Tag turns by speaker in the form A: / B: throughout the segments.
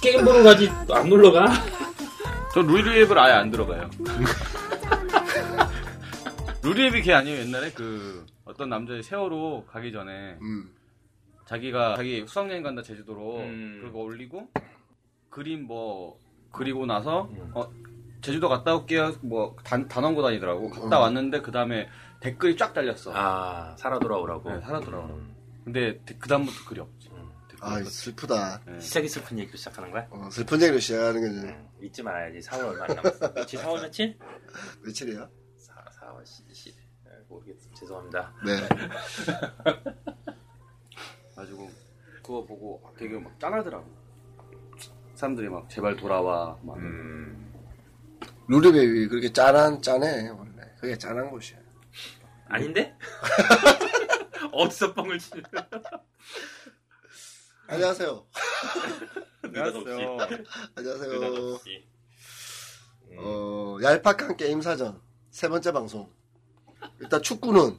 A: 게임 보러 가지 안 놀러 가.
B: 전 루리앱을 아예 안 들어가요. 루리앱이 걔 아니에요. 옛날에 그 어떤 남자의 세월호 가기 전에
C: 음.
B: 자기가 자기 수학여행 간다 제주도로
A: 음.
B: 그거 올리고 그림 뭐 그리고 나서 어 제주도 갔다 올게요. 뭐 단, 단원고 다니더라고. 갔다
C: 음.
B: 왔는데 그 다음에 댓글이 쫙 달렸어.
A: 아 살아 돌아오라고.
B: 네, 살아 돌아오라고.
A: 음.
B: 근데 그 다음부터 글이 없지.
A: 음.
B: 댓글이
C: 아
B: 없었지.
C: 슬프다
B: 네.
A: 시작이 슬픈 얘기로 시작하는 거야?
C: 어, 슬픈 얘기로 시작하는 거지
A: 음, 잊지 말아야지. 4월 얼마 안 남았어. 그렇지 4월 며칠?
C: 며칠이야?
A: 4, 4월 10일. 모르겠어. 죄송합니다.
C: 네
B: 가지고 그거 보고 되게 막 짠하더라고. 사람들이 막 제발 돌아와 막
A: 음.
C: 루리베이 그렇게 짠한 짠해 원래 그게 짠한 곳이야
A: 아닌데? 어디서 뻥을 치는?
C: 안녕하세요
A: 느닷없이. 네,
C: 안녕하세요
A: 느닷없이. 음.
C: 어, 얄팍한 게임 사전 세 번째 방송 일단 축구는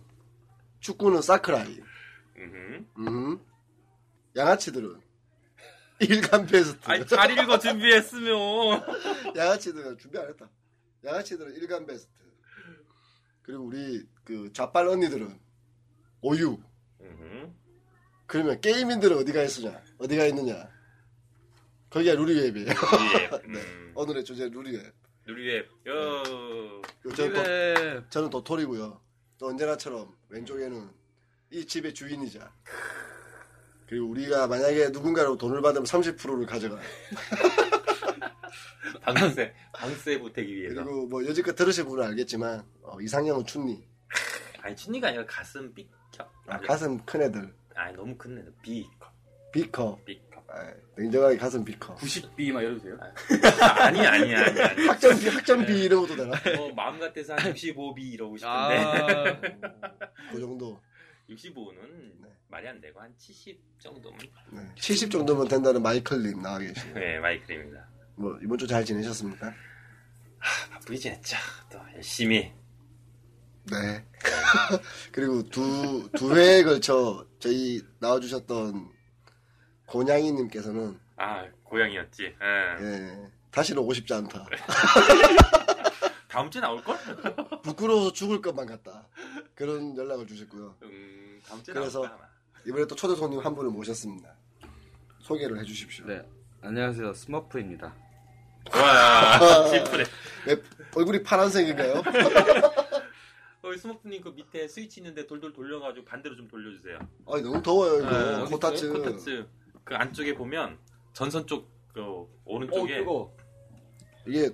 C: 축구는 사크라이
A: 음흠.
C: 음. 양아치들은 일간 베스트
A: 아니 잘 읽어 준비했으면.
C: 양아치들은 준비 안 했다. 양아치들은 일간 베스트. 그리고 우리 그 좌빨 언니들은 오유.
A: 음흠.
C: 그러면 게이민들은 어디가 있으냐? 어디가 있느냐? 거기가 루리웹이에요.
A: 예. 음.
C: 오늘의 주제 루리웹.
A: 누리앱. 요. 네.
C: 저는, 도,
B: 그래.
C: 저는 도토리고요. 또 언제나처럼 왼쪽에는 이 집의 주인이자 그리고 우리가 만약에 누군가로 돈을 받으면 30%를 가져가.
A: 방세. 방세 보태기 위해서.
C: 그리고 뭐 여지껏 들으신 분은 알겠지만 어, 이상형은 춘니.
A: 아니 춘니가 아니라 가슴 삐켜.
C: 아, 가슴 큰 애들.
A: 아니 너무 큰데 비컵
C: 비커.
A: 비컵.
C: 아, 냉정하게 가슴 비커.
B: 90B 막 이래도 돼요?
A: 아니 아니 아니 아니.
C: 학점비, 학점비 이런 것도 되나?
A: 뭐 마음 같아서 한 65비 이러고 싶은데
B: 아,
C: 그 정도.
A: 65는
C: 네.
A: 말이 안 되고 한 70 정도면
C: 네. 70 정도면 된다는 마이클님 나와 계시고.
A: 네 마이클입니다.
C: 뭐, 이번 주 잘 지내셨습니까?
A: 바쁘게 지냈죠. 또 열심히
C: 네. 그리고 두, 두 회에 걸쳐 저희 나와주셨던 고냥이님께서는,
A: 아 고양이였지. 예.
C: 예, 다시는 오고 싶지 않다.
A: 다음 주에 나올 걸?
C: 부끄러워서 죽을 것만 같다. 그런 연락을 주셨고요.
A: 음 다음 주에
C: 그래서-
A: 나올 거야.
C: 이번에 또 초대 손님 한 분을 모셨습니다. 소개를 해주십시오.
B: 네. 안녕하세요. 스머프입니다.
A: 아마. 와 찌푸레.
C: 왜 얼굴이 파란색인가요?
A: 어, 스모프님 그 밑에 스위치 있는데 돌돌 돌려가지고 반대로 좀 돌려주세요.
C: 아니, 너무 더워요, 이거.
A: 어,
C: 네, 코타츠.
A: 코타츠 그 안쪽에 보면 전선 쪽그
C: 어,
A: 오른쪽에
B: 뜨거.
C: 이게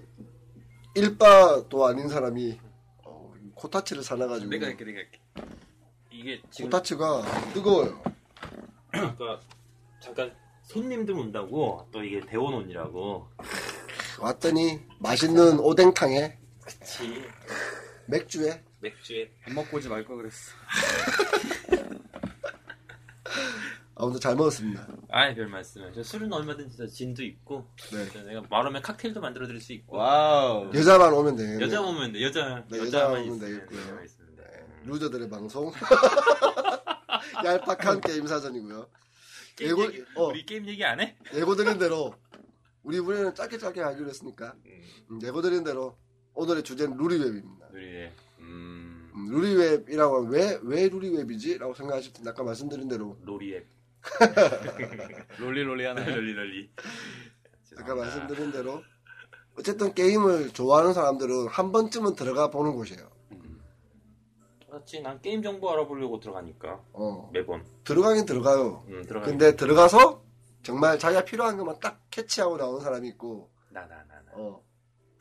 C: 일바도 아닌 사람이 어, 코타치를 사놔가지고
A: 내가 이렇게 내가 이렇게 이게 지금
C: 코타치가 뜨거워요.
A: 아까 잠깐 손님들 온다고 또 이게 대원온이라고
C: 왔더니 맛있는 오뎅탕에
A: 그치
C: 맥주에
A: 맥주에
B: 안 먹고 오지 말 걸 그랬어.
C: 아 오늘 잘 먹었습니다.
A: 아이 별 말씀을 저 술은 얼마든지 저 진도 있고
C: 네.
A: 저 내가 말하면 칵테일도 만들어 드릴 수 있고
B: 와우.
C: 여자만 오면 돼요.
A: 여자 오면 돼 여자
C: 네, 여자만
A: 여자만
C: 오면
A: 있으면
C: 되겠고요. 네.
A: 여자만 있으면 돼. 음.
C: 루저들의 방송 얄팍한 게임 사전이고요.
A: 게임
C: 예고-
A: 얘기-
C: 어.
A: 우리 게임 얘기 안 해?
C: 예고드린 대로 우리 이번에는 짧게 짧게 하기로 했으니까 음, 예고드린 대로 오늘의 주제는 루리웹입니다.
A: 우리 음
C: 음, 루리웹이라고 하면 왜, 왜 루리웹이지? 라고 생각하실 텐데 아까 말씀드린 대로
A: 로리앱
B: 롤리롤리 하나요?
A: 럴리 럴리
C: 네. 아까 말씀드린 대로 어쨌든 게임을 좋아하는 사람들은 한 번쯤은 들어가 보는 곳이에요.
A: 그렇지 난 게임 정보 알아보려고 들어가니까
C: 어.
A: 매번
C: 들어가긴 들어가요.
A: 음, 들어가
C: 근데 들어가서 정말 자기가 필요한 것만 딱 캐치하고 나오는 사람이 있고
A: 나나 나 나
C: 어.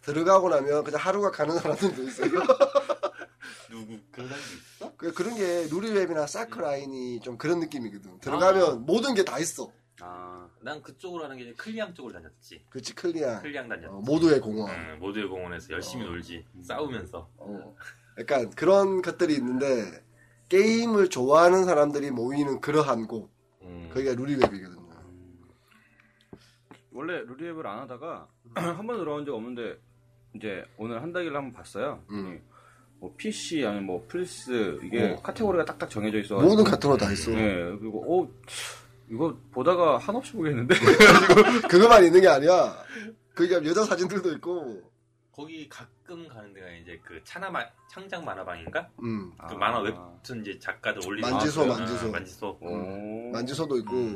C: 들어가고 나면 그냥 하루가 가는 사람들도 있어요.
A: 누구 그런 사람도 있어?
C: 아. 그- 그런 게 루리웹이나 사크라인이 좀 그런 느낌이거든. 들어가면 모든 게 다 있어.
B: 아,
A: 난 그쪽으로 하는 게 이제 클리앙 쪽을 다녔지.
C: 그치 클리앙
A: 클리앙 다녔지.
C: 어, 모두의 공원
A: 응, 모두의 공원에서 열심히
C: 어.
A: 놀지. 싸우면서.
C: 어. 약간 그런 것들이 있는데 게임을 좋아하는 사람들이 모이는 그러한 곳
A: 음.
C: 거기가 루리웹이거든요
B: 원래 루리앱을 안 하다가 한 번 들어온 적 없는데 이제 오늘 한다길래 한번 봤어요.
C: 음.
B: 뭐 PC 아니면 뭐 플스 이게
C: 어.
B: 카테고리가 딱딱 정해져 있어.
C: 모든 카테고리 다 있어
B: 예, 그리고 어 이거 보다가 한없이 보겠는데.
C: 그거만 있는 게 아니야 그러니까 여자 사진들도 있고
A: 거기 가끔 가는 데가 이제 그 차나 마, 창작 만화방인가?
C: 음.
B: 아.
A: 그 만화 웹툰 이제 작가들 올리는
C: 만지소,
A: 아,
C: 만지소.
A: 만지소.
B: 오.
C: 음, 만지소도 있고
A: 음.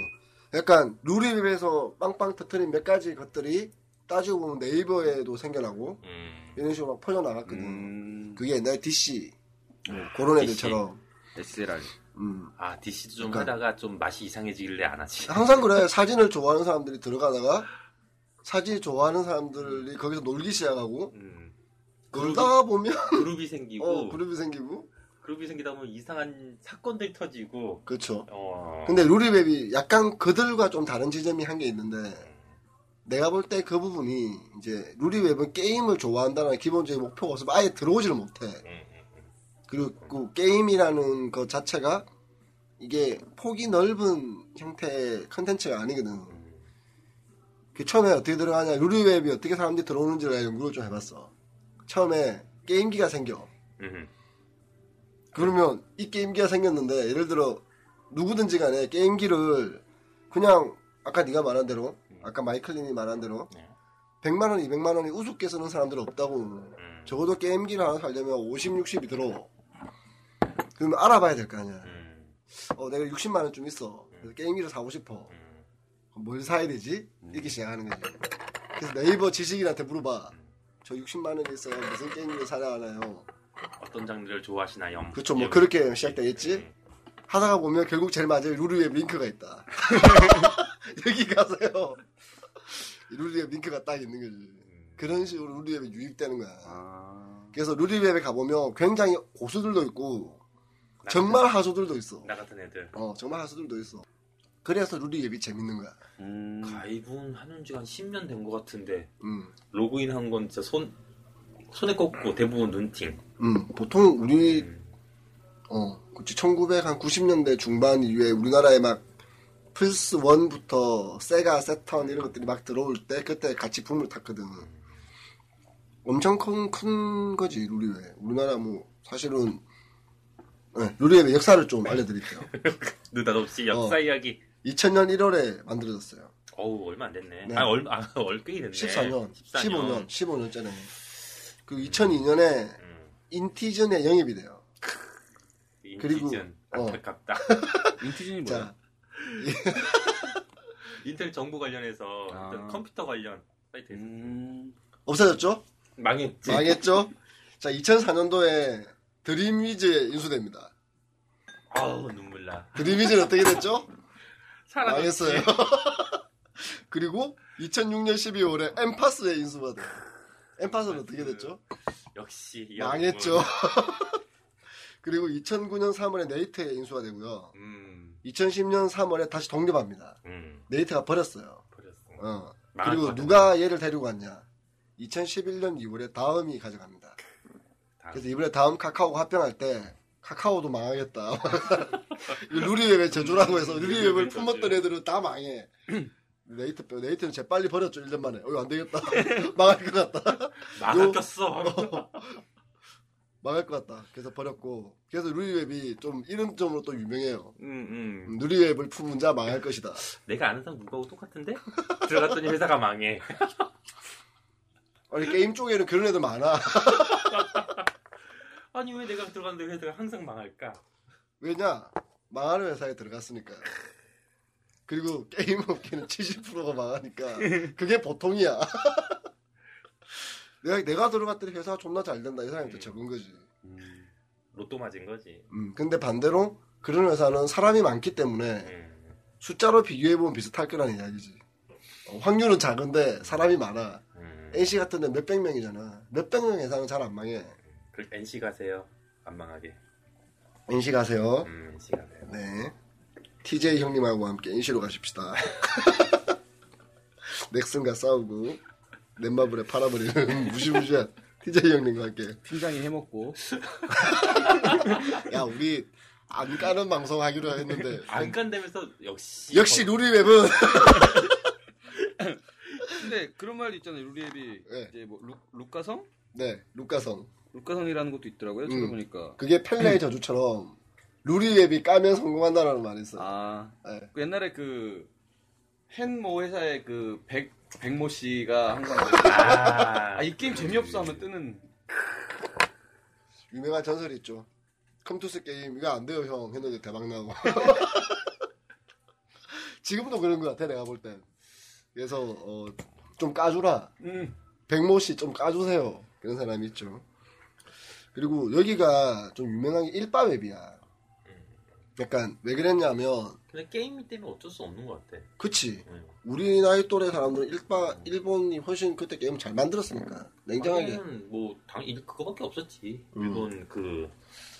C: 약간 루리웹에서 빵빵 터트린 몇 가지 것들이 따지고 보면 네이버에도 생겨나고
A: 음.
C: 이런 식으로 막 퍼져나갔거든
B: 음.
C: 그게 옛날에 DC
A: 네.
C: 뭐 그런
A: DC.
C: 애들처럼
B: SLR.
C: 음.
A: 아, DC도 좀
C: 그러니까- 아.
A: 하다가 좀 맛이 이상해지길래 안 하지.
C: 항상 그래 사진을 좋아하는 사람들이 들어가다가 사진 좋아하는 사람들이 거기서 놀기 시작하고
A: 음.
C: 놀다 보면
A: 그룹이 생기고
C: 어,
A: 그룹...
C: 그룹이 생기고
A: 이 생기다 보면 이상한 사건들이 터지고
C: 그렇죠
A: 어.
C: 근데 루리웹이 약간 그들과 좀 다른 지점이 한 게 있는데
A: 음.
C: 내가 볼 때 그 부분이 이제 루리웹은 게임을 좋아한다는 기본적인 목표가 없으면 아예 들어오지를 못해
A: 음.
C: 그리고 게임이라는 것 자체가 이게 폭이 넓은 형태의 컨텐츠가 아니거든.
A: 음.
C: 그 처음에 어떻게 들어가냐, 루리웹이 어떻게 사람들이 들어오는지를 내가 연구를 좀 해봤어. 처음에 게임기가 생겨.
A: 음.
C: 그러면 이 게임기가 생겼는데, 예를 들어 누구든지 간에 게임기를 그냥 아까 네가 말한 대로, 아까 마이클린이 말한 대로
A: 네.
C: 100만 원, 200만 원이 우습게 쓰는 사람들은 없다고
A: 음.
C: 적어도 게임기를 하나 살려면 50, 60이 들어. 그러면 알아봐야 될 거 아니야.
A: 음.
C: 어, 내가 60만 원 좀 있어. 그래서 게임기를 사고 싶어.
A: 음.
C: 그럼 뭘 사야 되지? 이렇게 시작하는 거지. 그래서 네이버 지식인한테 물어봐. 저 60만 원 있어요. 무슨 게임기를 사야 하나요?
A: 어떤 장르를 좋아하시나요?
C: 그렇죠. 뭐
A: 예.
C: 그렇게 시작되겠지?
A: 음.
C: 하다가 보면 결국 제일 마지막에 루루의 링크가 있다. 여기 가세요. 이 루루의 링크가 딱 있는 거지.
A: 예.
C: 그런 식으로 루루웹에 유입되는 거야.
B: 아.
C: 그래서 루리웹에 가보면 굉장히 고수들도 있고
A: 나
C: 정말 하수들도 있어.
A: 같은- 나 같은 애들
C: 어 정말 하수들도 있어. 그래서 루리웹이 재밌는 거야.
B: 음.
A: 가입은 하는 지한 10년 된 것 같은데
C: 음,
A: 로그인 한 건 진짜 손 손에 꽂고 대부분 눈팅.
C: 음 보통 우리
A: 음.
C: 어 그치 1990년대 중반 이후에 우리나라에 막 플스 1부터 세가 세턴 이런 것들이 막 들어올 때 그때 같이 붐을 탔거든. 엄청 큰, 큰 거지 루리웹. 우리나라 뭐 사실은 네, 루리웹의 역사를 좀 알려드릴게요.
A: 느닷없이 역사
C: 어.
A: 이야기.
C: 2000년 1월에 만들어졌어요.
A: 어우 얼마 안 됐네.
C: 네.
A: 아 얼마 아, 얼꽤 됐네.
C: 14년,
A: 14년.
C: 15년, 15년째네. 그 2002년에
A: 음.
C: 인티즌에 영입이 돼요. 그리고-
A: 인티즌
C: 어.
A: 안타깝다.
B: 인티즌이 뭐야?
C: 그 자,
A: 인텔 정보 관련해서 일단
B: 아.
A: 컴퓨터 관련 사이트 음.
B: 음.
C: 없어졌죠?
A: 망했지.
C: 망했죠? 자, 2004년도에 드림위즈에 인수됩니다.
A: 아우 눈물 나.
C: 드림위즈는 어떻게 됐죠?
A: 살아.
C: 망했어요. 그리고 2006년 12월에 엠파스에 인수받아요. 엠파스는 어떻게 됐죠?
A: 역시 이
C: 망했죠.
A: 양반은.
C: 그리고 2009년 3월에 네이트에 인수가 되고요.
A: 음.
C: 2010년 3월에 다시 독립합니다.
A: 음.
C: 네이트가 버렸어요.
A: 버렸어.
C: 어.
A: 망할 것
C: 그리고
A: 같아.
C: 누가 얘를 데리고 왔냐? 2011년 2월에 다음이 가져갑니다.
A: 다음.
C: 그래서 이번에 다음 카카오 합병할 때 카카오도 망하겠다. 이 루리웹의 저주라고 해서 루리웹을 품었던 애들은 다 망해. 네이트 빼- 네이트는 재 빨리 버렸죠 1년 만에. 어이 안 되겠다. 망할 것 같다.
A: 망했었어.
C: 망할 것 같다. 그래서 버렸고 그래서 루리웹이 좀 이런 점으로 또 유명해요.
A: 음, 음.
C: 음, 루리웹을 품은 자 망할 것이다.
A: 내가 아는 사람 누구하고 똑같은데? 들어갔더니 회사가 망해.
C: 아니 게임 쪽에는 그런 애들 많아.
A: 아니 왜 내가 들어갔는데 회사가 항상 망할까?
C: 왜냐? 망하는 회사에 들어갔으니까. 그리고 게임 업계는 70%가 망하니까 그게 보통이야. 내가 내가 들어갔더니 회사가 존나 잘 된다 이 사람이 더
A: 음.
C: 적은 거지.
A: 로또 맞은 거지.
C: 음, 근데 반대로 그런 회사는 사람이 많기 때문에
A: 음,
C: 숫자로 비교해 보면 비슷할 거라는 이야기지. 어, 확률은 작은데 사람이 많아.
A: 음.
C: NC 같은 데 몇백 명이잖아. 몇백 명 회사는 잘 안 망해.
A: 그 NC 가세요. 안 망하게.
C: NC 가세요.
A: 음, NC 가세요.
C: 네. TJ 형님하고 함께 인시로 가십시다. 넥슨과 싸우고 넷마블에 팔아버리는 무시무시한 TJ 형님과 함께
B: 팀장이 해먹고
C: 야 우리 안 까는 방송 하기로 했는데
A: 안 간다면서 역시
C: 음. 역시 루리웹은
B: 근데 그런 말도 있잖아요 루리앱이
C: 네.
B: 이제 뭐 루, 루카성?
C: 네 루카성
B: 루카성이라는 것도 있더라고요
C: 음.
B: 찾아보니까
C: 그게 펠레의 저주처럼 루리웹이 까면 성공한다라는 말이 있어. 요
B: 아
C: 네.
B: 그 옛날에 그 헨모 회사의 그 백, 백모 씨가 항상
A: 아,
B: 아이 게임 재미없어 하면 뜨는
C: 유명한 전설이 있죠. 컴투스 게임 이거 안 돼요 형 했는데 대박 나고. 지금도 그런 것 같아 내가 볼 땐. 그래서 어, 좀 까주라.
B: 음.
C: 백모 씨 좀 까주세요. 그런 사람이 있죠. 그리고 여기가 좀 유명한 게 일바웹이야. 약간 왜 그랬냐면
A: 근데 게임 때문에 어쩔 수 없는 것 같아. 음.
C: 그치
A: 응.
C: 우리 나이 또래 사람들은 일바 일본이 훨씬 그때 게임 잘 만들었으니까 냉정하게
A: 아니면 뭐 당연히 그거밖에 없었지.
C: 음.
A: 일본 그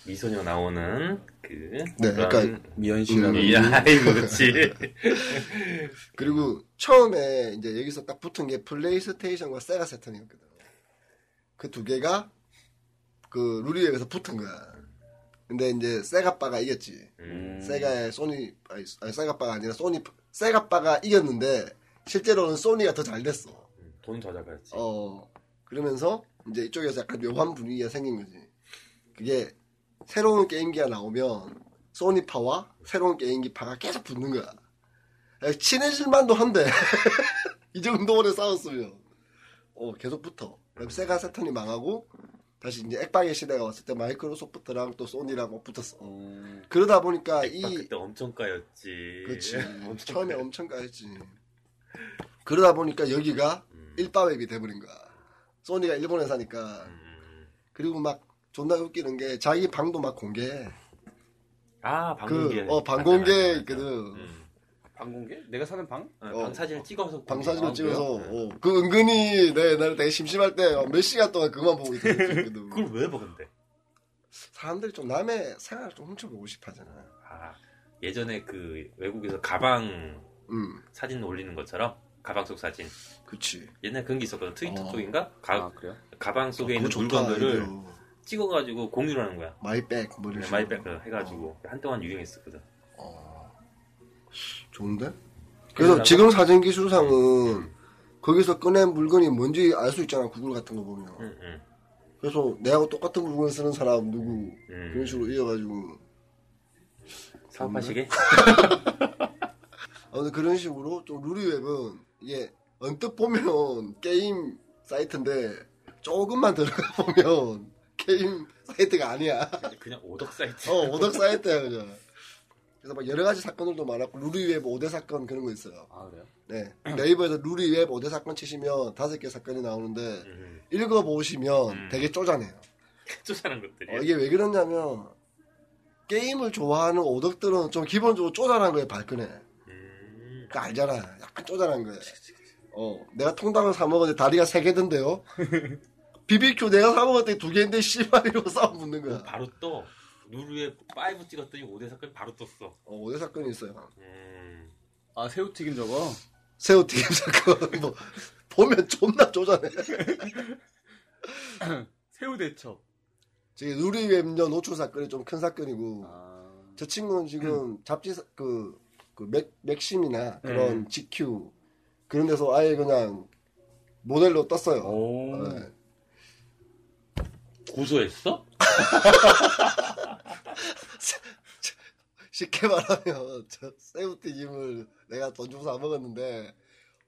A: 미소녀 나오는 그
C: 네,
A: 그런-
C: 그러니까
B: 미연
C: 씨라는 음.
A: 야 이거 그렇지.
C: 그리고 처음에 이제 여기서 딱 붙은 게 플레이스테이션과 세가 세턴이었거든. 그 두 개가 그 루리에게서 붙은 거야. 근데 이제 세가빠가 이겼지.
A: 음.
C: 세가의 소니 아니, 아니, 세가빠가 아니라 소니 세가빠가 이겼는데 실제로는 소니가 더 잘 됐어.
A: 돈 저작했지.
C: 음. 어 그러면서 이제 이쪽에서 약간 묘한 분위기가 생긴 거지. 그게 새로운 게임기가 나오면 소니파와 새로운 게임기파가 계속 붙는 거야. 야, 친해질만도 한데 이 정도 오래 싸웠으면 어 계속 붙어. 그럼 세가 세턴이 망하고 다시 이제 액박의 시대가 왔을 때 마이크로소프트랑 또 소니랑 막 붙었어. 음. 그러다 보니까 이
A: 아, 그때 엄청 까였지.
C: 그렇지
A: 엄청
C: 처음에 엄청 까였지. 그러다 보니까 여기가
A: 음.
C: 일바웹이 돼버린 거야. 소니가 일본에 사니까.
A: 음.
C: 그리고 막 존나 웃기는 게 자기 방도 막 공개해.
A: 아 방공개.
C: 그, 어, 방공개 있거든.
B: 어. 방공개? 내가 사는 방?
C: 어.
A: 방사진을 찍어서 음.
C: 방사진을
B: 아,
C: 찍어서 어, 그 은근히 내 나를 되게 심심할 때 몇 시간 동안 그만 보고 있거든.
A: 그걸 왜 보는데?
C: 사람들이 좀 남의 생활을 좀 훔쳐보고 싶어하잖아.
A: 아 예전에 그 외국에서 가방
C: 음,
A: 사진 올리는 것처럼 가방 속 사진.
C: 그치.
A: 옛날 그런 게 있었거든. 트위터
C: 어.
A: 쪽인가?
B: 아
A: 가,
B: 그래요?
A: 가방 속에
C: 그거
A: 있는
C: 좋다,
A: 물건들을
C: 아이디어.
A: 찍어가지고 공유를 하는 거야.
C: 마이백 뭐 이런
A: 그렇죠.
C: 식으로.
A: 마이백을 해가지고 한동안 유행했었거든.
C: 어. 좋은데? 그래서 지금 사진 기술상은 거기서 꺼낸 물건이 뭔지 알 수 있잖아 구글 같은 거 보면.
A: 응, 응.
C: 그래서 내하고 똑같은 물건 쓰는 사람 누구
A: 음.
C: 그런 식으로 이어가지고
A: 사업하시게?
C: 아무튼 그런 식으로 좀 루리웹은 이게 언뜻 보면 게임 사이트인데 조금만 들어가 보면 게임 사이트가 아니야
A: 그냥 오덕 사이트.
C: 어 오덕 사이트야 그냥 그래서 막 여러 가지 사건들도 많았고 루리웹 5대 사건 그런 거 있어요
B: 아 그래요?
C: 네 네이버에서 루리웹 5대 사건 치시면 다섯 개 사건이 나오는데
A: 음.
C: 읽어보시면
A: 음.
C: 되게 쪼잔해요
A: 쫓아낸 것들이.
C: 어, 이게 왜 그러냐면 게임을 좋아하는 오덕들은 좀 기본적으로 쪼잔한 거에 발끈해.
A: 음.
C: 그 알잖아. 약간 쪼잔한 거에. 어, 내가 통닭을 사 먹었는데 다리가 세 개던데요. BBQ 내가 사 먹었더니 두 개인데 씨발 이러고 싸움 붙는 거야.
A: 바로 또 루루에 5 찍었더니 5대 사건 바로 떴어.
C: 어, 오대 사건이 있어요.
A: 음.
B: 아 새우튀김 저거?
C: 새우튀김 사건 뭐 보면 존나 쪼잔해.
B: 새우대첩
C: 저기 누리 웹녀 노출 사건이 좀 큰 사건이고
B: 아
C: 저 친구는 지금
A: 음.
C: 잡지 사- 그, 그 맥,
A: 네.
C: 맥심이나 그런 GQ 그런 데서 아예 그냥 모델로 떴어요.
B: 오.
C: 네.
A: 고소했어?
C: 쉽게 말하면 저 새우튀김을 내가 돈 주고 사 먹었는데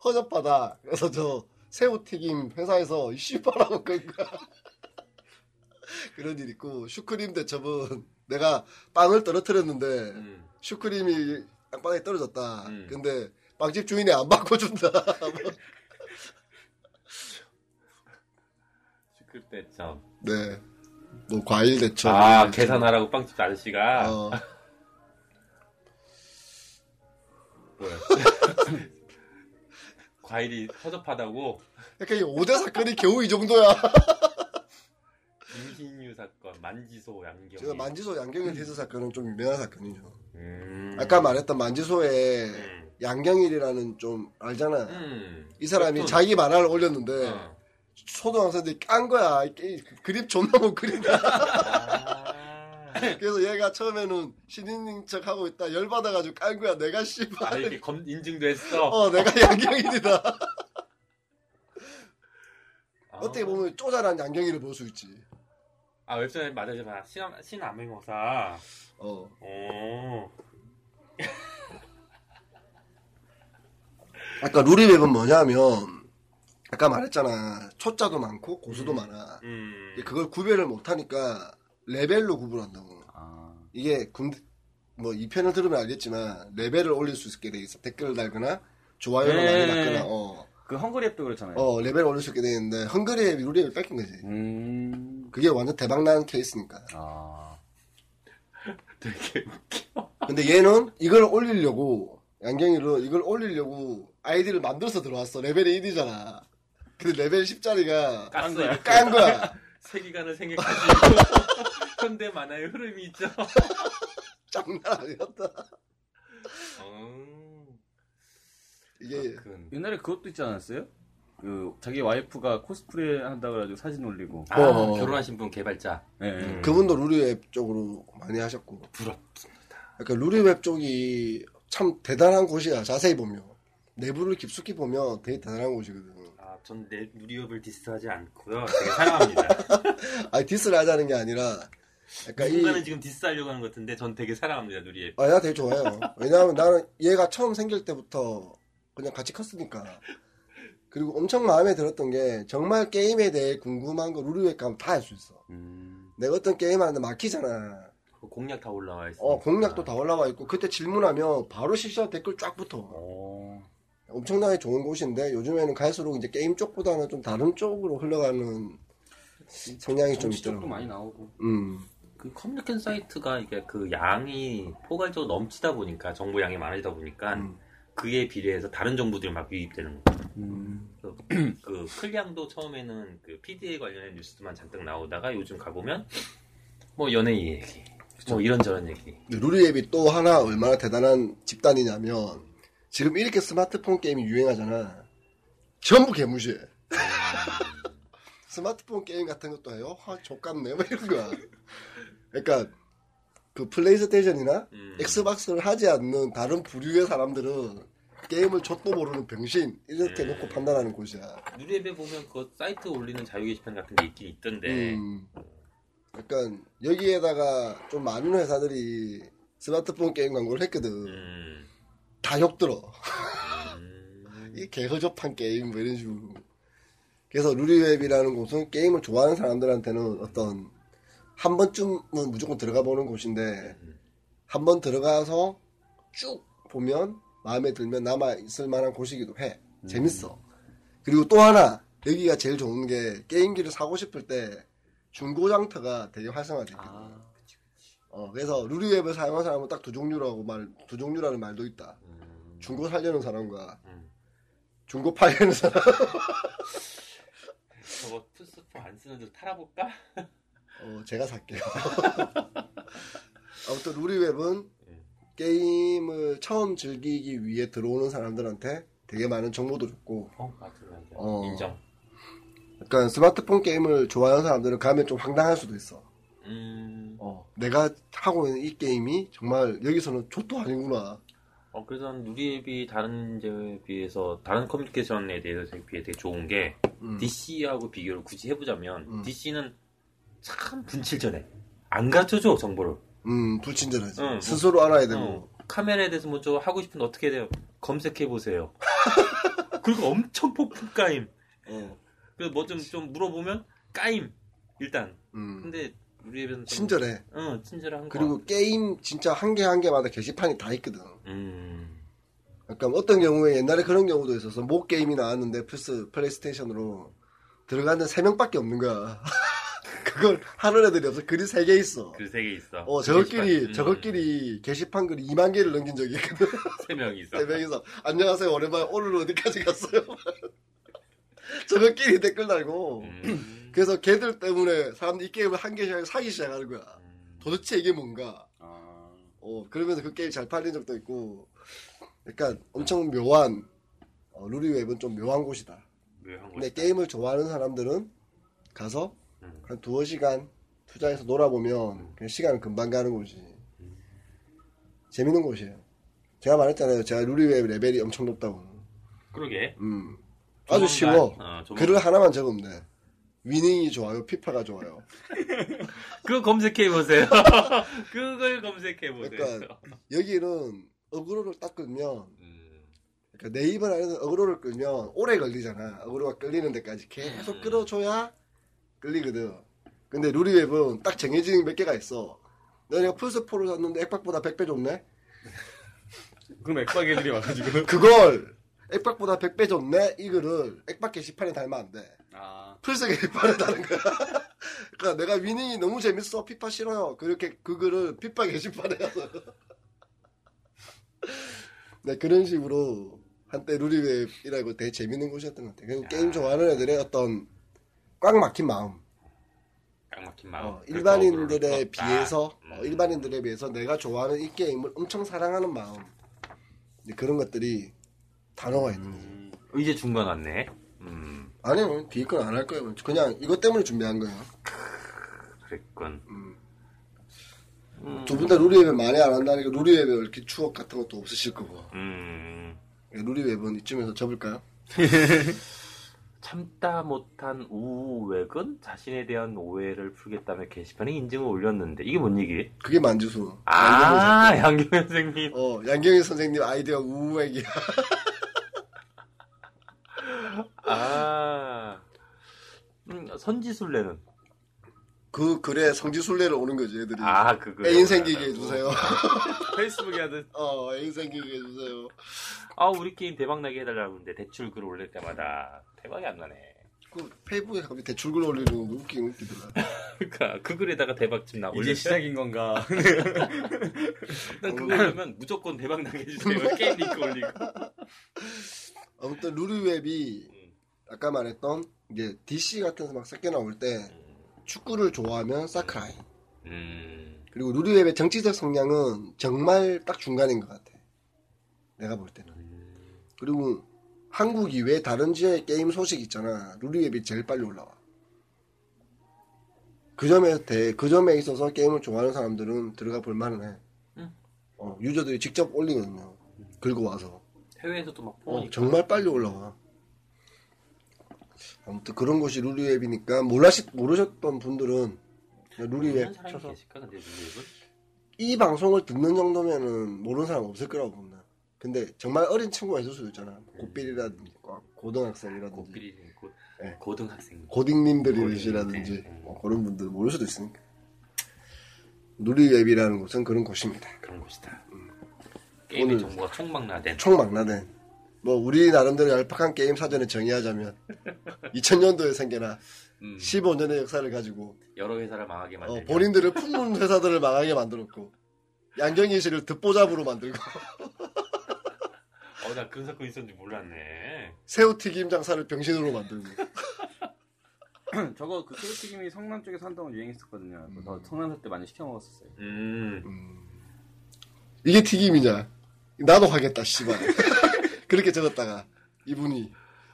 C: 허접하다. 그래서 저 새우튀김 회사에서 씨발하고 끈 거야. 그런 일 있고 슈크림 대첩은 내가 빵을 떨어뜨렸는데
A: 음.
C: 슈크림이 빵빵에 떨어졌다.
A: 음.
C: 근데 빵집 주인이 안 바꿔준다. 뭐
A: 그때 참.
C: 네. 뭐 과일 대처.
A: 아 계산하라고 빵집 아저씨가
C: 어,
A: 뭐야? 과일이 허접하다고
C: 그러니까 이 5대 사건이 겨우 이 정도야.
A: 임신유 사건, 만지소, 양경.
C: 제가 만지소 양경일 해수 사건은 좀 유명한 사건이죠.
A: 음.
C: 아까 말했던 만지소에
A: 음.
C: 양경일이라는 좀 알잖아.
A: 음.
C: 이 사람이
A: 어떤-
C: 자기 만화를 올렸는데
A: 어.
C: 초등학생들이 깐 거야. 이 게임 그림 존나 못 그린다.
A: 아.
C: 그래서 얘가 처음에는 신인인 척 하고 있다 열받아가지고 깐 거야. 내가
A: 아,
C: 씨발.
A: 이렇게 검, 인증도 했어.
C: 어, 내가 양경일이다.
A: 아.
C: 어떻게 보면 쪼잘한 양경일을 볼 수 있지.
A: 아, 웹사이트 맞아지만, 신암, 신암행어사.
C: 어.
A: 오.
C: 아까 루리웹은 뭐냐면 아까 말했잖아 초짜도 많고 고수도 많아
A: 음.
C: 그걸 구별을 못하니까 레벨로 구분한다고
B: 아,
C: 이게 군 뭐이 편을 들으면 알겠지만 레벨을 올릴 수 있게 돼 있어 댓글을 달거나 좋아요를
B: 네.
C: 많이 달거나 어,
B: 그 헝그리 앱도 그렇잖아요.
C: 어 레벨을 올릴 수 있게 돼 있는데 헝그리에 루리웹 뺏긴 거지
B: 음.
C: 그게 완전 대박난 케이스니까
B: 아.
A: 되게.
C: 근데 얘는 이걸 올리려고 양경이로 이걸 올리려고 아이디를 만들어서 들어왔어 레벨이 1이잖아 근데 레벨 10짜리가
A: 깠어, 이렇게.
C: 깐 거야
A: 세기관을 생략하시고. 현대 만화의 흐름이 있죠.
C: 장난 아니었다.
A: 어.
C: 이게
A: 그렇군.
B: 옛날에 그것도 있지 않았어요? 그 자기 와이프가 코스프레 한다 그래가지고 사진 올리고.
A: 아,
C: 어.
A: 결혼하신 분 개발자.
B: 예, 예.
A: 음.
C: 그분도 루리웹 쪽으로 많이 하셨고.
A: 부럽습니다.
C: 그러니까 루리웹 쪽이 참 대단한 곳이야. 자세히 보면 내부를 깊숙이 보면 되게 대단한 곳이거든.
A: 아, 전 내, 누리업을 디스하지 않고요. 되게 사랑합니다.
C: 아니 디스를 하자는 게 아니라 약간 이
A: 누군가는 그러니까 지금 디스하려고 하는 것 같은데, 전 되게 사랑합니다, 누리앱.
C: 아, 나 되게 좋아요. 왜냐하면 나는 얘가 처음 생길 때부터 그냥 같이 컸으니까. 그리고 엄청 마음에 들었던 게 정말 게임에 대해 궁금한 거 루리웹 가면 다 알 수 있어.
B: 음.
C: 내가 어떤 게임 하는데 막히잖아.
A: 그 공략 다 올라와 있어.
C: 어, 공략도 다 올라와 있고, 그때 질문하면 바로 실시간 댓글 쫙 붙어.
B: 어.
C: 엄청나게 좋은 곳인데, 요즘에는 갈수록 이제 게임 쪽보다는 좀 다른 쪽으로 흘러가는 성향이 좀
B: 정치적도
C: 있더라고.
B: 많이 나오고.
C: 음.
A: 그 커뮤니케이션 사이트가 이게 그 양이 포괄적으로 넘치다 보니까 정보 양이 많아지다 보니까
C: 음.
A: 그에 비례해서 다른 정보들이 막 유입되는 거예요.
B: 음.
A: 그 클량도 처음에는 그 PDA 관련된 뉴스만 잔뜩 나오다가 요즘 가보면 뭐 연예인 얘기, 뭐 이런저런 얘기.
C: 근데 루리앱이 또 하나 얼마나 대단한 집단이냐면, 지금 이렇게 스마트폰 게임이 유행하잖아. 전부 개무시해. 스마트폰 게임 같은 것도 해요? 아, 족같네. 뭐 이런 거야. 그러니까, 그 플레이스테이션이나
A: 음.
C: 엑스박스를 하지 않는 다른 부류의 사람들은 게임을 좆도 모르는 병신 이렇게
A: 음.
C: 놓고 판단하는 곳이야.
A: 누리앱에 보면 그 사이트 올리는 자유 게시판 같은 게 있긴 있던데
C: 음, 약간 여기에다가 좀 많은 회사들이 스마트폰 게임 광고를 했거든.
A: 음.
C: 다 욕들어.
A: 음.
C: 이 개허접한 게임 뭐 이런 식으로. 그래서 루리웹이라는 곳은 게임을 좋아하는 사람들한테는 어떤 한 번쯤은 무조건 들어가 보는 곳인데 한 번 들어가서 쭉 보면 마음에 들면 남아 있을 만한 곳이기도 해. 재밌어. 그리고 또 하나 여기가 제일 좋은 게 게임기를 사고 싶을 때 중고장터가 되게 활성화돼 있거든.
B: 아.
C: 어, 그래서 루리웹을 사용한 사람은 딱 두 종류라고 말 두 종류라는 말도 있다.
A: 음.
C: 중고 살려는 사람과
A: 음.
C: 중고 팔려는 사람.
A: 저거 플스폰 안 쓰는데 탈아볼까?
C: 어, 제가 살게요. 아무튼 루리웹은
A: 음.
C: 게임을 처음 즐기기 위해 들어오는 사람들한테 되게 많은 정보도 줬고
A: 어 맞아 맞아
C: 어.
A: 인정.
C: 약간 그러니까 스마트폰 게임을 좋아하는 사람들은 가면 좀 황당할 수도 있어.
A: 음.
C: 내가 하고 있는 이 게임이 정말 여기서는 좆도 아니구나.
A: 어, 그래서 난 누리앱이 다른 제에 비해서, 다른 커뮤니케이션에 대해서 비해 되게 좋은 게,
C: 음.
A: DC하고 비교를 굳이 해보자면,
C: 음.
A: DC는 참 분칠전해. 안 가르쳐줘, 정보를.
C: 음, 불친절하지.
A: 응.
C: 스스로 알아야 되고.
A: 어, 카메라에 대해서 먼저 하고 싶은데 어떻게 해야 돼요? 검색해보세요. 그리고 엄청 폭풍 까임.
C: 어.
A: 그래서 뭐 좀 좀 물어보면, 까임! 일단.
C: 음.
A: 근데, 뭐 누리앱에서는. 좀-
C: 친절해.
A: 응, 친절한 거.
C: 그리고 게임 진짜 한 개 한 개마다 게시판이 다 있거든.
A: 음.
C: 약간 어떤 경우에 옛날에 그런 경우도 있어서 모 게임이 나왔는데 플스 플레이스테이션으로 들어가는 세 명밖에 없는 거야. 그걸 하는 애들이 없어. 글이 세 개 있어.
A: 그 세 개 있어. 음.
C: 어 저것끼리 저것끼리 게시판 글이 2만 개를 넘긴 적이 있거든.
A: 세명 있어.
C: 세 명이서 네, 안녕하세요 오랜만에 오늘 어디까지 갔어요? 저것끼리 댓글 달고
A: 음.
C: 그래서 걔들 때문에 사람들이 이 게임을 한 개씩 사기 시작하는 거야.
A: 음.
C: 도대체 이게 뭔가.
B: 아,
C: 어, 그러면서 그 게임 잘 팔린 적도 있고, 약간 엄청 묘한, 어, 루리웹은 좀 묘한 곳이다.
A: 묘한
C: 근데
A: 거지.
C: 게임을 좋아하는 사람들은 가서
A: 음.
C: 한 두어 시간 투자해서 놀아보면 그냥 시간은 금방 가는 거지. 재밌는 곳이에요. 제가 말했잖아요. 제가 루리웹 레벨이 엄청 높다고.
A: 그러게.
C: 음. 아주
A: 조만간,
C: 쉬워.
A: 어, 조만간.
C: 글을 하나만 적으면 돼. 위닝이 좋아요. 피파가 좋아요.
A: 그거 검색해 보세요. 그걸 검색해 보세요.
C: 그러니까. 여기는 어그로를 딱 끌면
A: 음,
C: 그러니까 네이버 안에서 어그로를 끌면 오래 걸리잖아. 어그로가 끌리는 데까지 계속 끌어줘야 끌리거든. 근데 루리웹은 딱 정해진 몇 개가 있어. 내가 플스4를 샀는데 액박보다 100배 좋네?
B: 그럼 액박애들이 와가지고.
C: 그걸 액박보다 100배 좋네? 이거를 액박 게시판에 달면 안 돼.
B: 아,
C: 플스 게시판에 다는 거야. 그러니까 내가 위닝이 너무 재밌어. 피파 싫어요. 그렇게 그 글을 피파 게시판에 가서. 네, 그런 식으로 한때 루리웹이라고 되게 재밌는 곳이었던 것 같아요. 그냥 게임 좋아하는 애들의 어떤 꽉 막힌 마음.
A: 꽉 막힌
C: 어,
A: 마음.
C: 일반인들에
A: 아, 그래서
C: 비해서,
A: 음.
C: 어, 일반인들에 비해서 내가 좋아하는 이 게임을 엄청 사랑하는 마음. 이제 그런 것들이 단어가 있는 거죠.
A: 음, 이제 중간 왔네. 음,
C: 아니요, 비건 안 할 거예요. 그냥 이것 때문에 준비한 거예요.
A: 그랬군.
C: 음.
A: 음,
C: 두 분 다 루리웹을 많이 안 한다니까 루리웹에 이렇게 추억 같은 것도 없으실 거고 예,
A: 음,
C: 루리웹은 이쯤에서 접을까요?
A: 참다 못한 우우외근 자신에 대한 오해를 풀겠다며 게시판에 인증을 올렸는데 이게 뭔 얘기?
C: 그게 만주수
A: 아, 양경 선생님.
C: 어 양경희 선생님 아이디어 우우액이야
A: 아, 음, 선지술래는.
C: 그 글에 성지순례를 오는 거지 애들이
A: 아, 그거.
C: 애인 생기게 해주세요
B: 페이스북에 하듯.
C: 어 애인 생기게 해주세요
A: 아, 우리 게임 대박 나게 해달라고 하는데 대출 글 올릴 때마다 대박이 안 나네.
C: 그 페이북에 갑자기 대출글 올리는 거 웃긴 웃기더라
A: 그러니까 그 글에다가 대박 좀 나고
B: 이제 시작인 건가.
A: 일단 그거 올리면 무조건 대박 나게 해주세요. 게임 링크 올리고.
C: 아무튼 루리웹이
A: 음.
C: 아까 말했던 이제 DC 같은 막 섞여 나올 때 축구를 좋아하면 사크라이
A: 음,
C: 그리고 루리웹의 정치적 성향은 정말 딱 중간인 것 같아. 내가 볼 때는. 그리고 한국 이외 다른 지역의 게임 소식 있잖아. 루리웹이 제일 빨리 올라와. 그 점에 대해, 그 점에 있어서 게임을 좋아하는 사람들은 들어가 볼만은 해.
A: 응.
C: 어, 유저들이 직접 올리거든요. 긁어 와서.
A: 해외에서도 막
C: 어,
A: 보니까.
C: 정말 빨리 올라와. 아무튼 그런 곳이 루리웹이니까 몰라시, 모르셨던 분들은 그냥 루리웹
A: 모르는 사람이
C: 쳐서
A: 계실까 근데 루리웹은?
C: 이 방송을 듣는 정도면은 모르는 사람 없을 거라고 봅니다. 근데 정말 어린 친구가 있을 수도 있잖아. 고삐리라든지 고- 음. 고등학생이라든지
A: 고삐리 고
C: 네.
A: 고등학생.
C: 고딩님들이라든지
A: 고딩.
C: 뭐 그런 분들 모를 수도 있으니까. 누리앱이라는 곳은 그런 곳입니다.
A: 그런 곳이다. 게임의
C: 음. 오늘-
A: 정보가 총망라된.
C: 총망라된 뭐 우리 나름대로 얄팍한 게임 사전에 정의하자면 2000년도에 생겨나
A: 음,
C: 15년의 역사를 가지고
A: 여러 회사를 망하게 만든.
C: 어, 본인들을 품는 회사들을 망하게 만들었고 양경희 씨를 듣보잡으로 만들고
A: 어, 나 그런 사건 있었는지 몰랐네.
C: 새우튀김 장사를 병신으로 만들고
B: 저거 그 새우튀김이 성남 쪽에서 한동안 유행했었거든요. 저 성남살 때 많이 시켜 먹었었어요. 아,
A: 음,
C: 이게 튀김이냐? 나도 하겠다, 씨발. 그렇게 적었다가 이분이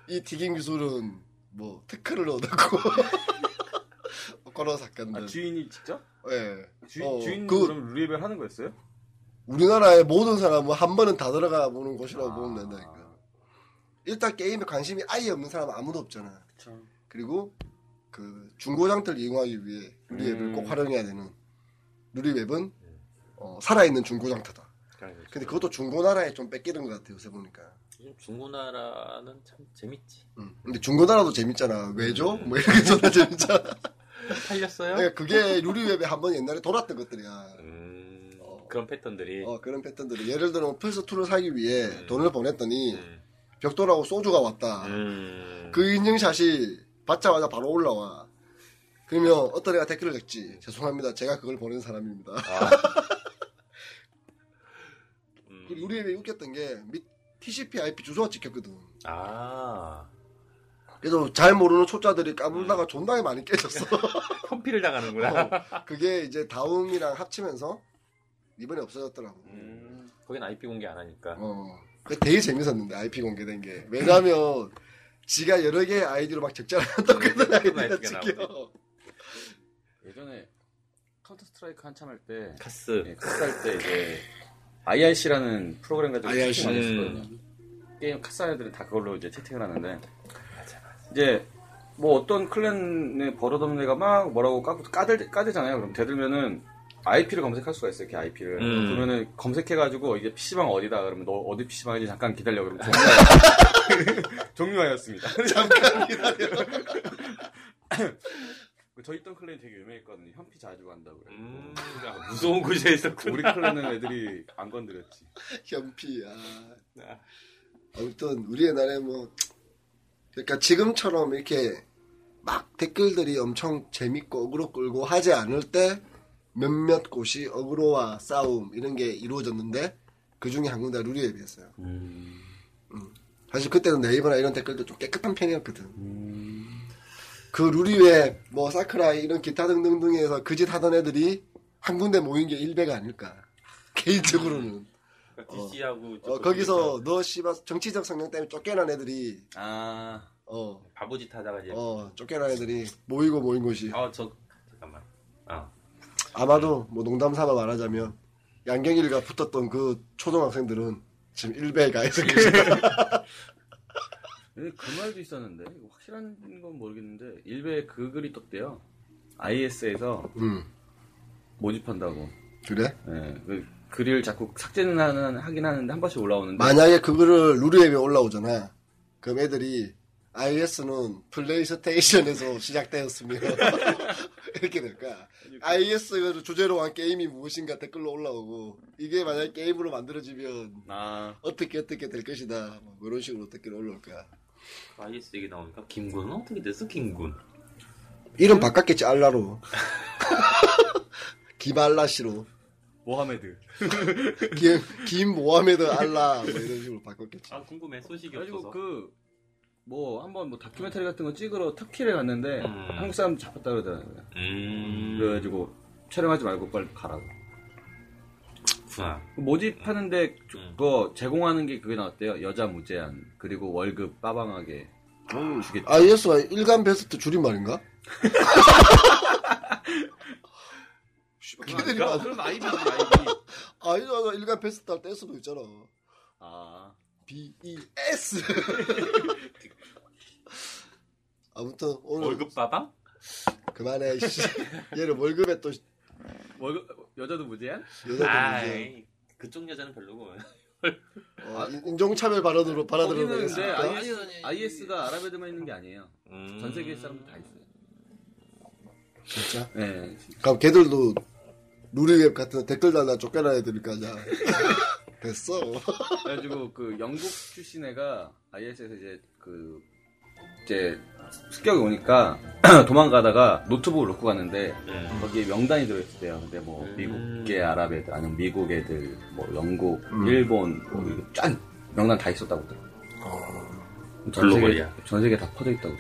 C: 이 튀김 기술은 뭐 특허를 얻었고 코로나 사건들.
B: 아, 주인이 직접?
C: 예.
B: 주,
C: 어,
B: 주인
C: 그-
B: 그, 아, 럼 루리벨 하는 거였어요?
C: 우리나라의 모든 사람은 뭐 한 번은 다 들어가 보는 곳이라고
B: 아.
C: 보면 된다니까. 일단 게임에 관심이 아예 없는 사람은 아무도 없잖아.
B: 그쵸.
C: 그리고 그 중고장터를 이용하기 위해 루리웹을
B: 음.
C: 꼭 활용해야 되는 루리웹은 어, 살아있는 중고장터다. 근데 그것도 중고나라에 좀 뺏기는 것 같아요, 요새 보니까.
A: 요즘 중고나라는 참 재밌지.
C: 음. 근데 중고나라도 재밌잖아. 왜죠? 뭐 이렇게 전화 재밌잖아.
A: 팔렸어요?
C: 그러니까 그게 루리웹에 한 번 옛날에 돌았던 것들이야.
A: 음,
C: 어.
A: 그런 패턴들이.
C: 어, 그런 패턴들이. 예를 들어 플스2를 사기 위해 돈을 보냈더니
A: 음,
C: 벽돌하고 소주가 왔다.
A: 음.
C: 아. 그 인증샷이 받자마자 바로 올라와. 그러면 어떤 애가 댓글을 적지. 죄송합니다. 제가 그걸 보낸 사람입니다.
A: 아. 음.
C: 그 루리웹이 웃겼던 게 밑- TCP IP 주소가 찍혔거든.
A: 아,
C: 그래서 그래서 잘 모르는 초짜들이 까불다가 존나게 많이 깨졌어.
A: 펌피를
C: 어.
A: 당하는구나.
C: 그게 이제 다음이랑 합치면서 이번에 없어졌더라고.
A: 음, 거긴 IP 공개 안 하니까.
C: 어. 그게 되게 재밌었는데 IP 공개된 게 왜냐면 지가 여러 개의 아이디로 막 어, 적절하던 그런 아이디가
A: IP가
C: 찍혀.
B: 예전에 카운터 스트라이크 한참 할 때,
C: 예.
A: 카스.
B: 네, 카스할때 이제 IRC라는 프로그램 가지고
C: IRC.
B: 채팅을 했었거든요. 게임 카스 애들은 다 그걸로 이제 채팅을 하는데 이제 뭐 어떤 클랜에 버릇없는 애가 막 뭐라고 까, 까들, 까대잖아요. 그럼 대들면은 IP를 검색할 수가 있어요. 이렇게 IP를.
A: 음.
B: 그러면은 검색해가지고 이게 PC방 어디다 그러면 너 어디 PC방인지 잠깐 기다려. 그러면 종료하- 종료하였습니다.
C: 잠깐 기다려.
B: 저 있던 클랜이 되게 유명했거든요. 현피 자주 간다고 그래요.
A: 음, 야, 무서운 곳에 있었군.
B: 우리 클랜은 애들이 안 건드렸지.
C: 현피. 아. 아무튼 우리 옛날에 뭐 그러니까 지금처럼 이렇게 막 댓글들이 엄청 재밌고 어그로 끌고 하지 않을 때 몇몇 곳이 어그로와 싸움 이런 게 이루어졌는데 그 중에 한 군데 루리에 비했어요. 음. 사실 그때는 네이버나 이런 댓글도 좀 깨끗한 편이었거든. 그 루리에 뭐 사크라이 이런 기타 등등등에서 그 짓 하던 애들이 한 군데 모인 게 1배가 아닐까. 개인적으로는.
A: DC하고
C: 어, 거기서 너 씨발 정치적 성향 때문에 쫓겨난 애들이
B: 아,
C: 어,
A: 바보짓 하다가 이제
C: 어, 쫓겨난 애들이 모이고 모인 곳이
A: 아 저 잠깐만. 아
C: 아마도 뭐 농담 삼아 말하자면 양경일과 붙었던 그 초등학생들은 지금 1배가 해서
B: 근데 그 말도 있었는데 이거 확실한 건 모르겠는데 일베 그 글이 떴대요. IS에서
C: 음,
B: 모집한다고.
C: 그래?
B: 예, 그 글을 자꾸 삭제는 하는, 하긴 하는데 한 번씩 올라오는데
C: 만약에 그거를 루루앱에 올라오잖아. 그럼 애들이 iOS는 플레이스테이션에서 시작되었으며 이렇게 될까? iOS를 주제로 한 게임이 무엇인가 댓글로 올라오고 이게 만약 게임으로 만들어지면
B: 아,
C: 어떻게 어떻게 될 것이다 뭐 그런 식으로 댓글이 올라올까?
A: IS 그 얘기 나오니까 김군 어떻게 됐어 김군?
C: 이름 바꿨겠지 알라로 기발라시로
B: 모하메드.
C: 김, 김 모하메드 알라 뭐 이런 식으로 바꿨겠지.
A: 아 궁금해 소식이
B: 그래가지고
A: 없어서.
B: 그 뭐 한번 뭐 다큐멘터리 같은 거 찍으러 터키를 갔는데
A: 음.
B: 한국 사람 잡혔다 그러더라고요.
A: 음.
B: 그래가지고 촬영하지 말고 빨리 가라고.
A: 그렇구나.
B: 모집하는데
A: 음.
B: 그거 제공하는 게 그게 나왔대요. 여자 무제한 그리고 월급 빠방하게 주겠다.
C: iOS가 아, 일간 베스트 줄임말인가? 씨발, 걔네들이
B: 그러니까,
C: 막-
B: 그럼 아이디 아이디.
C: 아, 이거 일간 베스트 할때 S도 있잖아.
B: 아,
C: B E S. 아무튼 오늘
A: 월급 빠방?
C: 그만해. 씨. 얘는 월급에 또
A: 아,
B: 월급 여자도 무제한?
A: 음.
C: 여자 문제.
A: 아이, 그쪽 여자는 별로고.
C: 어, 인종차별 발언으로
B: 거기는 네,
C: 받아들여도
B: 근데
C: 되겠습니까?
B: IS, IS가 아랍에들만 있는 게 아니에요.
A: 음.
B: 전 세계 사람 다 있어요.
C: 진짜.
B: 네.
C: 그럼 걔들도 루리웹 같은 댓글 달라 쫓겨나야 되니까 자. 됐어.
B: 그래가지고 그 영국 출신 애가 IS에서 이제 그 이제 습격이 오니까 도망가다가 노트북을 놓고 갔는데
A: 음.
B: 거기에 명단이 들어있대요. 근데 뭐
A: 음.
B: 미국계 아랍 애들 아니면 미국 애들 뭐 영국,
C: 음.
B: 일본 뭐 이거 짠 명단 다 있었다고 그러더라고요. 전 세계,
A: 글로벌이야.
B: 전 세계 다 퍼져 있다고.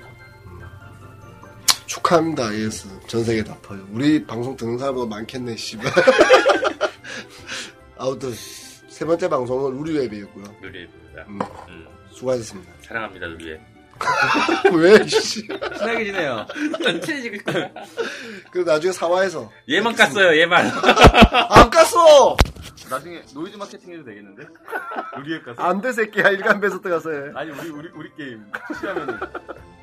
C: 축하합니다, IS. 전 세계 다 퍼요. 우리 방송 듣는 사람보다 뭐 많겠네, 씨발. 아무튼, 세 번째 방송은 우리 웹이었고요.
A: 누리입니다.
C: 음,
A: 음.
C: 수고하셨습니다.
A: 사랑합니다 누리에.
C: 왜, 씨.
B: 친하게 지내요.
A: 친해지고 있구나.
C: 그 나중에 사화해서.
A: 얘만 깠어요 얘만.
C: 안 깠어!
B: 나중에 노이즈 마케팅 해도 되겠는데? 우리에 가서.
C: 안 돼, 새끼야. 일간 베스트 가서 해.
B: 아니 우리 우리 우리 게임 취하면은